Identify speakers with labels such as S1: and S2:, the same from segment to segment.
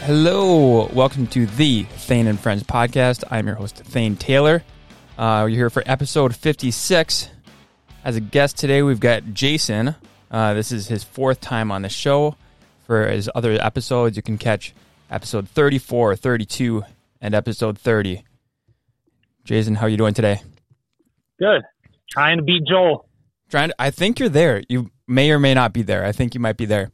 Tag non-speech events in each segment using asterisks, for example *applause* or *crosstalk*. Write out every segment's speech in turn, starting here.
S1: Hello, welcome to the Thane and Friends podcast. I'm your host Thane Taylor. Uh, you're here for episode 56. As a guest today, we've got Jason. Uh, this is his fourth time on the show. For his other episodes, you can catch episode 34, 32, and episode 30. Jason, how are you doing today?
S2: Good. Trying to beat Joel.
S1: Trying. To, I think you're there. You may or may not be there. I think you might be there.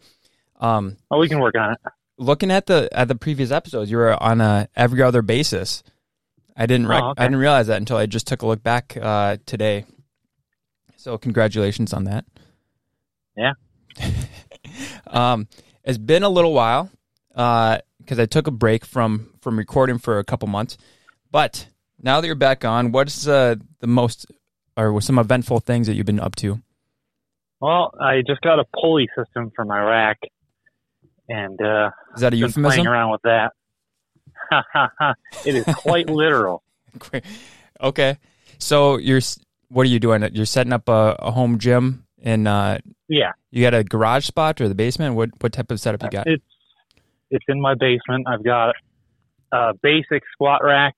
S1: Um,
S2: Oh, we can work on it.
S1: looking at the at the previous episodes, you were on a every other basis. I didn't rec-
S2: Oh, okay.
S1: I didn't realize that until I just took a look back uh, today. So congratulations on that.
S2: Yeah.
S1: *laughs* um, it's been a little while because I took a break from from recording for a couple months, but now that you're back on, what's uh, the most or some eventful things that you've been up to?
S2: Well, I just got a pulley system for my rack, and uh,
S1: Is that a
S2: been
S1: euphemism?
S2: playing around with that. *laughs* it is
S1: *laughs*
S2: quite literal.
S1: Great. *laughs* Okay. So you're s- what are you doing? You're setting up a, a home gym and uh,
S2: Yeah,
S1: you got a garage spot or the basement? What what type of setup you got?
S2: it's it's in my basement. I've got a basic squat rack,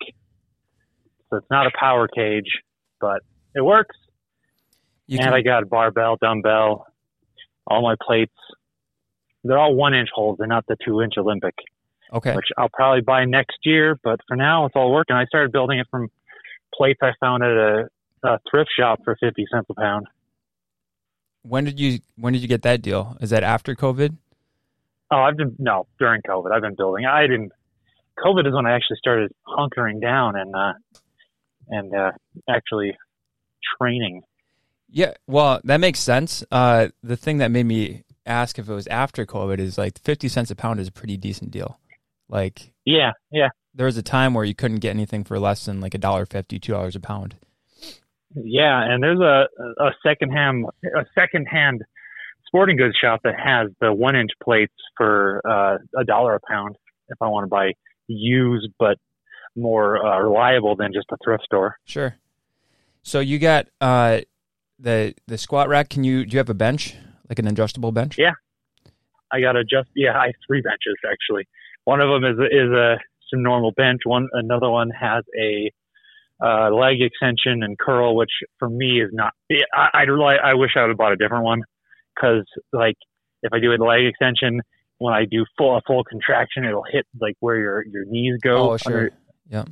S2: so it's not a power cage, but it works.
S1: You
S2: and I got a barbell, dumbbell, all my plates. They're all one inch holes. They're not the two inch Olympic.
S1: okay.
S2: which I'll probably buy next year. But for now, it's all working. I started building it from plates I found at a, a thrift shop for fifty cents a pound.
S1: When did you when did you get that deal? Is that after COVID?
S2: Oh, I've been no during COVID. I've been building. I didn't. COVID is when I actually started hunkering down and uh, and uh, actually training.
S1: Yeah. Well, that makes sense. Uh, the thing that made me ask if it was after COVID is like fifty cents a pound is a pretty decent deal. Like
S2: Yeah, yeah,
S1: there was a time where you couldn't get anything for less than like a dollar fifty, two dollars a pound.
S2: yeah. And there's a a second hand a second hand sporting goods shop that has the one inch plates for uh, a dollar a pound if I want to buy used but more uh, reliable than just a thrift store.
S1: Sure. So you got uh, the the squat rack. Can you do you have a bench like an adjustable bench?
S2: Yeah. I got a just yeah, I have three benches actually. One of them is is a some normal bench. One another one has a uh, leg extension and curl, which for me is not. yeah, I I'd rely, I wish I would have bought a different one because like if I do a leg extension, when I do full a full contraction, it'll hit like where your your knees go.
S1: Oh, sure.
S2: under-
S1: Yeah.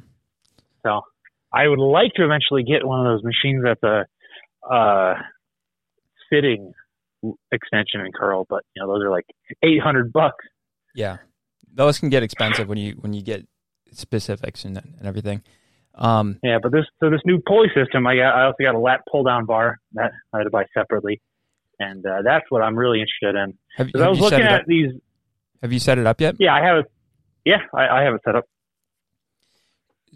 S2: So I would like to eventually get one of those machines that's a uh, fitting extension and curl, but you know those are like eight hundred bucks.
S1: Yeah. Those can get expensive when you when you get specifics and and everything. Um,
S2: Yeah, but this so this new pulley system, I got I also got a lat pull down bar that I had to buy separately, and uh, that's what I'm really interested in.
S1: have,
S2: 'Cause I
S1: have
S2: was
S1: you set
S2: looking
S1: it up?
S2: at these.
S1: Have you set it up yet?
S2: Yeah, I have it. Yeah, I, I have it set up,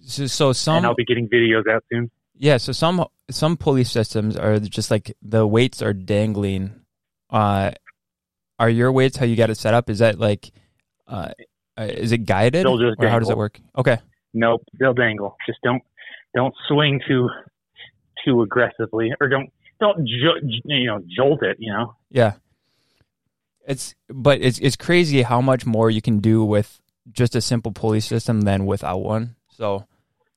S1: So, so some
S2: and I'll be getting videos out soon.
S1: Yeah, so some some pulley systems are just like the weights are dangling. Uh, are your weights how you got it set up? Is that like, uh, uh, is it guided
S2: They'll just
S1: or how does it
S2: dangle.
S1: work? Okay,
S2: Nope, they'll dangle. Just don't don't swing too too aggressively, or don't don't jo- you know jolt it. You know.
S1: yeah. It's but it's it's crazy how much more you can do with just a simple pulley system than without one. So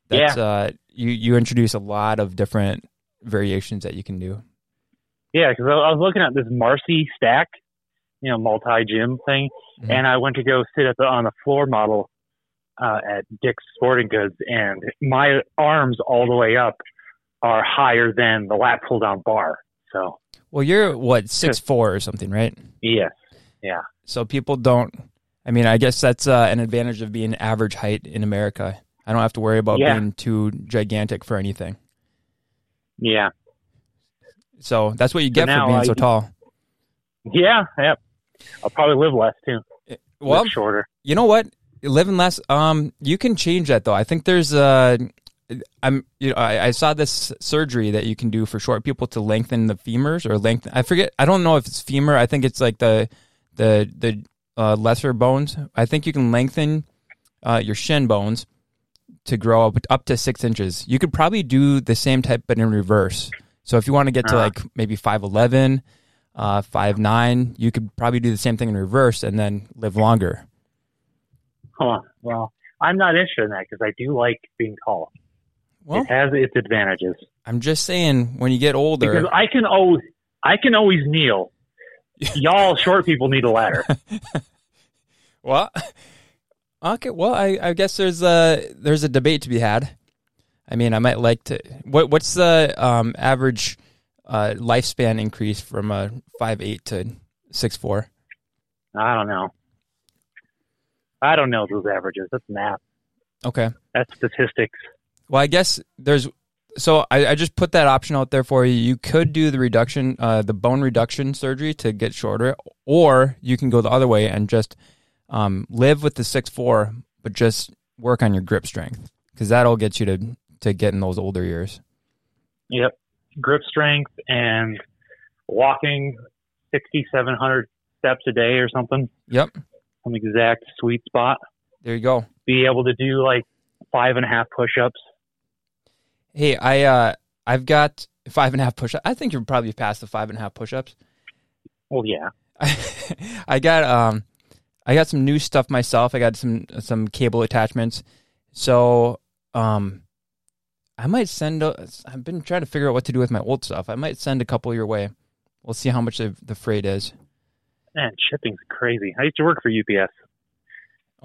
S1: that's uh, you you introduce a lot of different variations that you can do.
S2: Yeah, because I, I was looking at this Marcy stack, you know, multi gym thing,
S1: Mhm.
S2: and I went to go sit at the, on the floor model uh, at Dick's Sporting Goods, and my arms all the way up are higher than the lat pull down bar. So
S1: Well, you're what six four or something, right?
S2: yes,
S1: so people don't i mean i guess that's uh, an advantage of being average height in america i don't have to worry about
S2: Yeah.
S1: being too gigantic for anything
S2: yeah,
S1: so that's what you get for
S2: now
S1: being
S2: I-
S1: so tall
S2: yeah, yep. I'll probably live less too.
S1: well
S2: live shorter.
S1: you know what living less um you can change that though i think there's uh i'm you know I, I saw this surgery that you can do for short people to lengthen the femurs or lengthen i forget i don't know if it's femur i think it's like the the the uh, lesser bones i think you can lengthen uh, your shin bones to grow up up to six inches you could probably do the same type but in reverse so if you want to get to
S2: Uh-huh.
S1: like maybe 511 uh, 5'9 you could probably do the same thing in reverse and then live longer
S2: Huh. Well, I'm not interested in that because I do like being tall.
S1: Well,
S2: it has its advantages
S1: I'm just saying, when you get older,
S2: because I can always I can always kneel. Y'all short people need a ladder.
S1: well, *laughs* okay. Well, I, I guess there's a there's a debate to be had. I mean, I might like to. What what's the um, average uh, lifespan increase from a five eight to six four?
S2: I don't know. I don't know those averages. That's math.
S1: Okay.
S2: That's statistics.
S1: Well, I guess there's. So I, I just put that option out there for you. You could do the reduction, uh, the bone reduction surgery to get shorter, or you can go the other way and just um, live with the six four, but just work on your grip strength because that'll get you to to get in those older years.
S2: Yep. Grip strength and walking 6,700 steps a day or something.
S1: Yep.
S2: Some exact sweet spot.
S1: There you go.
S2: Be able to do like five and a half push ups.
S1: Hey, I uh, I've got five and a half push. I think you're probably past the five and a half push-ups.
S2: Well, yeah.
S1: *laughs* I, got um, I got some new stuff myself. I got some some cable attachments. So um, I might send. A, I've been trying to figure out what to do with my old stuff. I might send a couple your way. We'll see how much the, the freight is.
S2: Man, shipping's crazy. I used to work for UPS.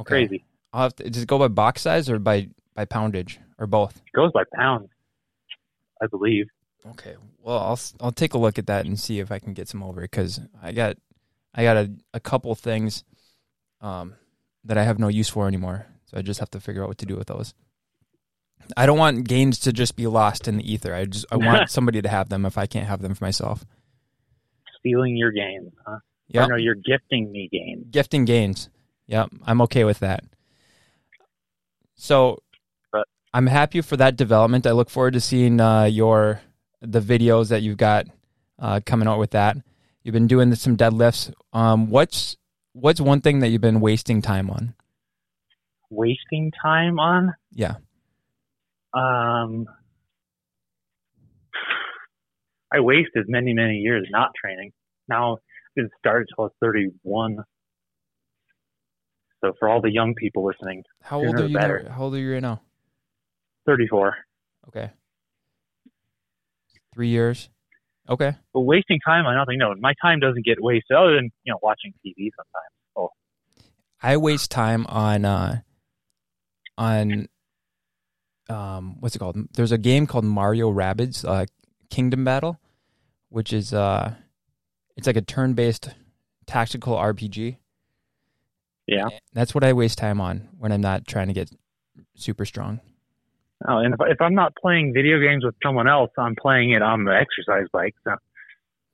S1: Okay.
S2: Crazy.
S1: I'll have to, does it go by box size or by by poundage or both?
S2: It goes by pounds, I believe.
S1: Okay. Well, I'll s- I'll take a look at that and see if I can get some over because I got I got a, a couple things um, that I have no use for anymore. So I just have to figure out what to do with those. I don't want gains to just be lost in the ether. I just I want somebody to have them if I can't have them for myself.
S2: Stealing your gains, huh?
S1: Yep.
S2: Or no, you're gifting me gains.
S1: Gifting gains. Yep. I'm okay with that. So
S2: But-
S1: I'm happy for that development. I look forward to seeing uh, your the videos that you've got uh, coming out with that. You've been doing some deadlifts. Um, what's what's one thing that you've been wasting time on?
S2: Wasting time on?
S1: Yeah.
S2: Um, I wasted many, many years not training. Now I didn't start until I was 31. So for all the young people listening,
S1: How
S2: Sooner
S1: old are
S2: the
S1: you?
S2: better.
S1: Now? How old are you right now?
S2: 34.
S1: Okay. Three years. Okay.
S2: But wasting time on nothing. No, my time doesn't get wasted other than you know watching TV sometimes.
S1: I waste time on uh on um what's it called? There's a game called Mario Rabbids uh Kingdom Battle, which is uh it's like a turn-based tactical RPG.
S2: Yeah.
S1: That's what I waste time on when I'm not trying to get super strong.
S2: Oh, and if, if I'm not playing video games with someone else, I'm playing it on the exercise bike. So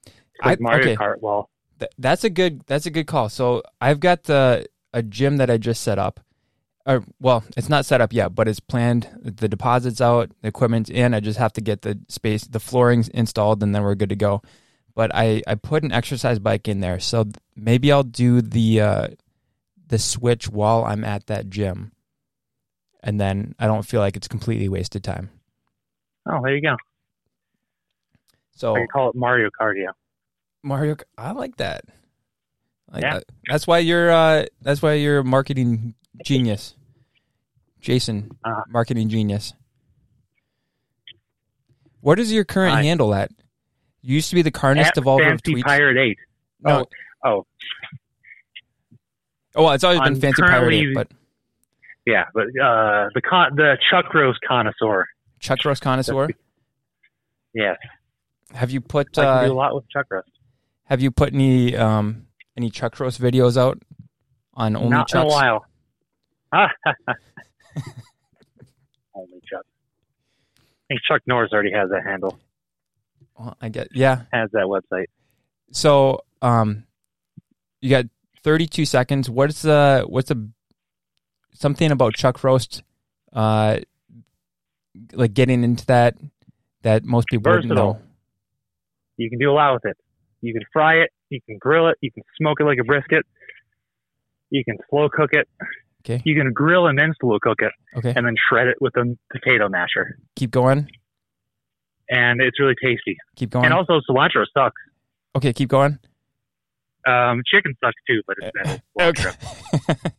S2: It's like
S1: I-
S2: Mario
S1: okay.
S2: Kart. Well,
S1: Th- that's a good that's a good call. So I've got the a gym that I just set up. Or well, it's not set up yet, but it's planned. The deposits out, the equipment's in. I just have to get the space, the floorings installed, and then we're good to go. But I I put an exercise bike in there, so th- maybe I'll do the uh, the switch while I'm at that gym, and then I don't feel like it's completely wasted time.
S2: oh, there you go.
S1: So
S2: I call it Mario Cardio.
S1: Mario, K- I like that. I Like
S2: Yeah.
S1: that. That's why you're. Uh, that's why you're a marketing genius, Jason.
S2: Uh-huh.
S1: marketing genius. What is your current
S2: I-
S1: handle at? You used to be the carnest
S2: At
S1: of all of
S2: Fancy
S1: tweets.
S2: Pirate Eight.
S1: no.
S2: oh.
S1: Oh, well, it's always been
S2: I'm
S1: fancy pirate,
S2: currently-
S1: Eight, but
S2: Yeah, but uh, the con- the Chuck Rose connoisseur.
S1: Chuck Ross connoisseur.
S2: Yes,
S1: Have you put?
S2: I can do a
S1: Uh,
S2: lot with Chuck Rose.
S1: have you put any um any Chuck Ross videos out on only
S2: Not in a
S1: Chucks? *laughs*
S2: while. only Chuck. I think Chuck Norris already has that handle,
S1: Well, I guess. Yeah,
S2: has that website.
S1: So, um, you got 32 seconds. What's the what's a something about Chuck Roast, uh, like getting into that that most people wouldn't
S2: Versatile.
S1: know.
S2: You can do a lot with it. You can fry it. You can grill it. You can smoke it like a brisket. You can slow cook it.
S1: Okay.
S2: You can grill and then slow cook it,
S1: Okay,
S2: and then shred it with a potato masher,
S1: keep going,
S2: and it's really tasty.
S1: keep going.
S2: And also cilantro sucks.
S1: okay, keep going.
S2: Um, chicken sucks too, but it's better. with cilantro.
S1: Okay.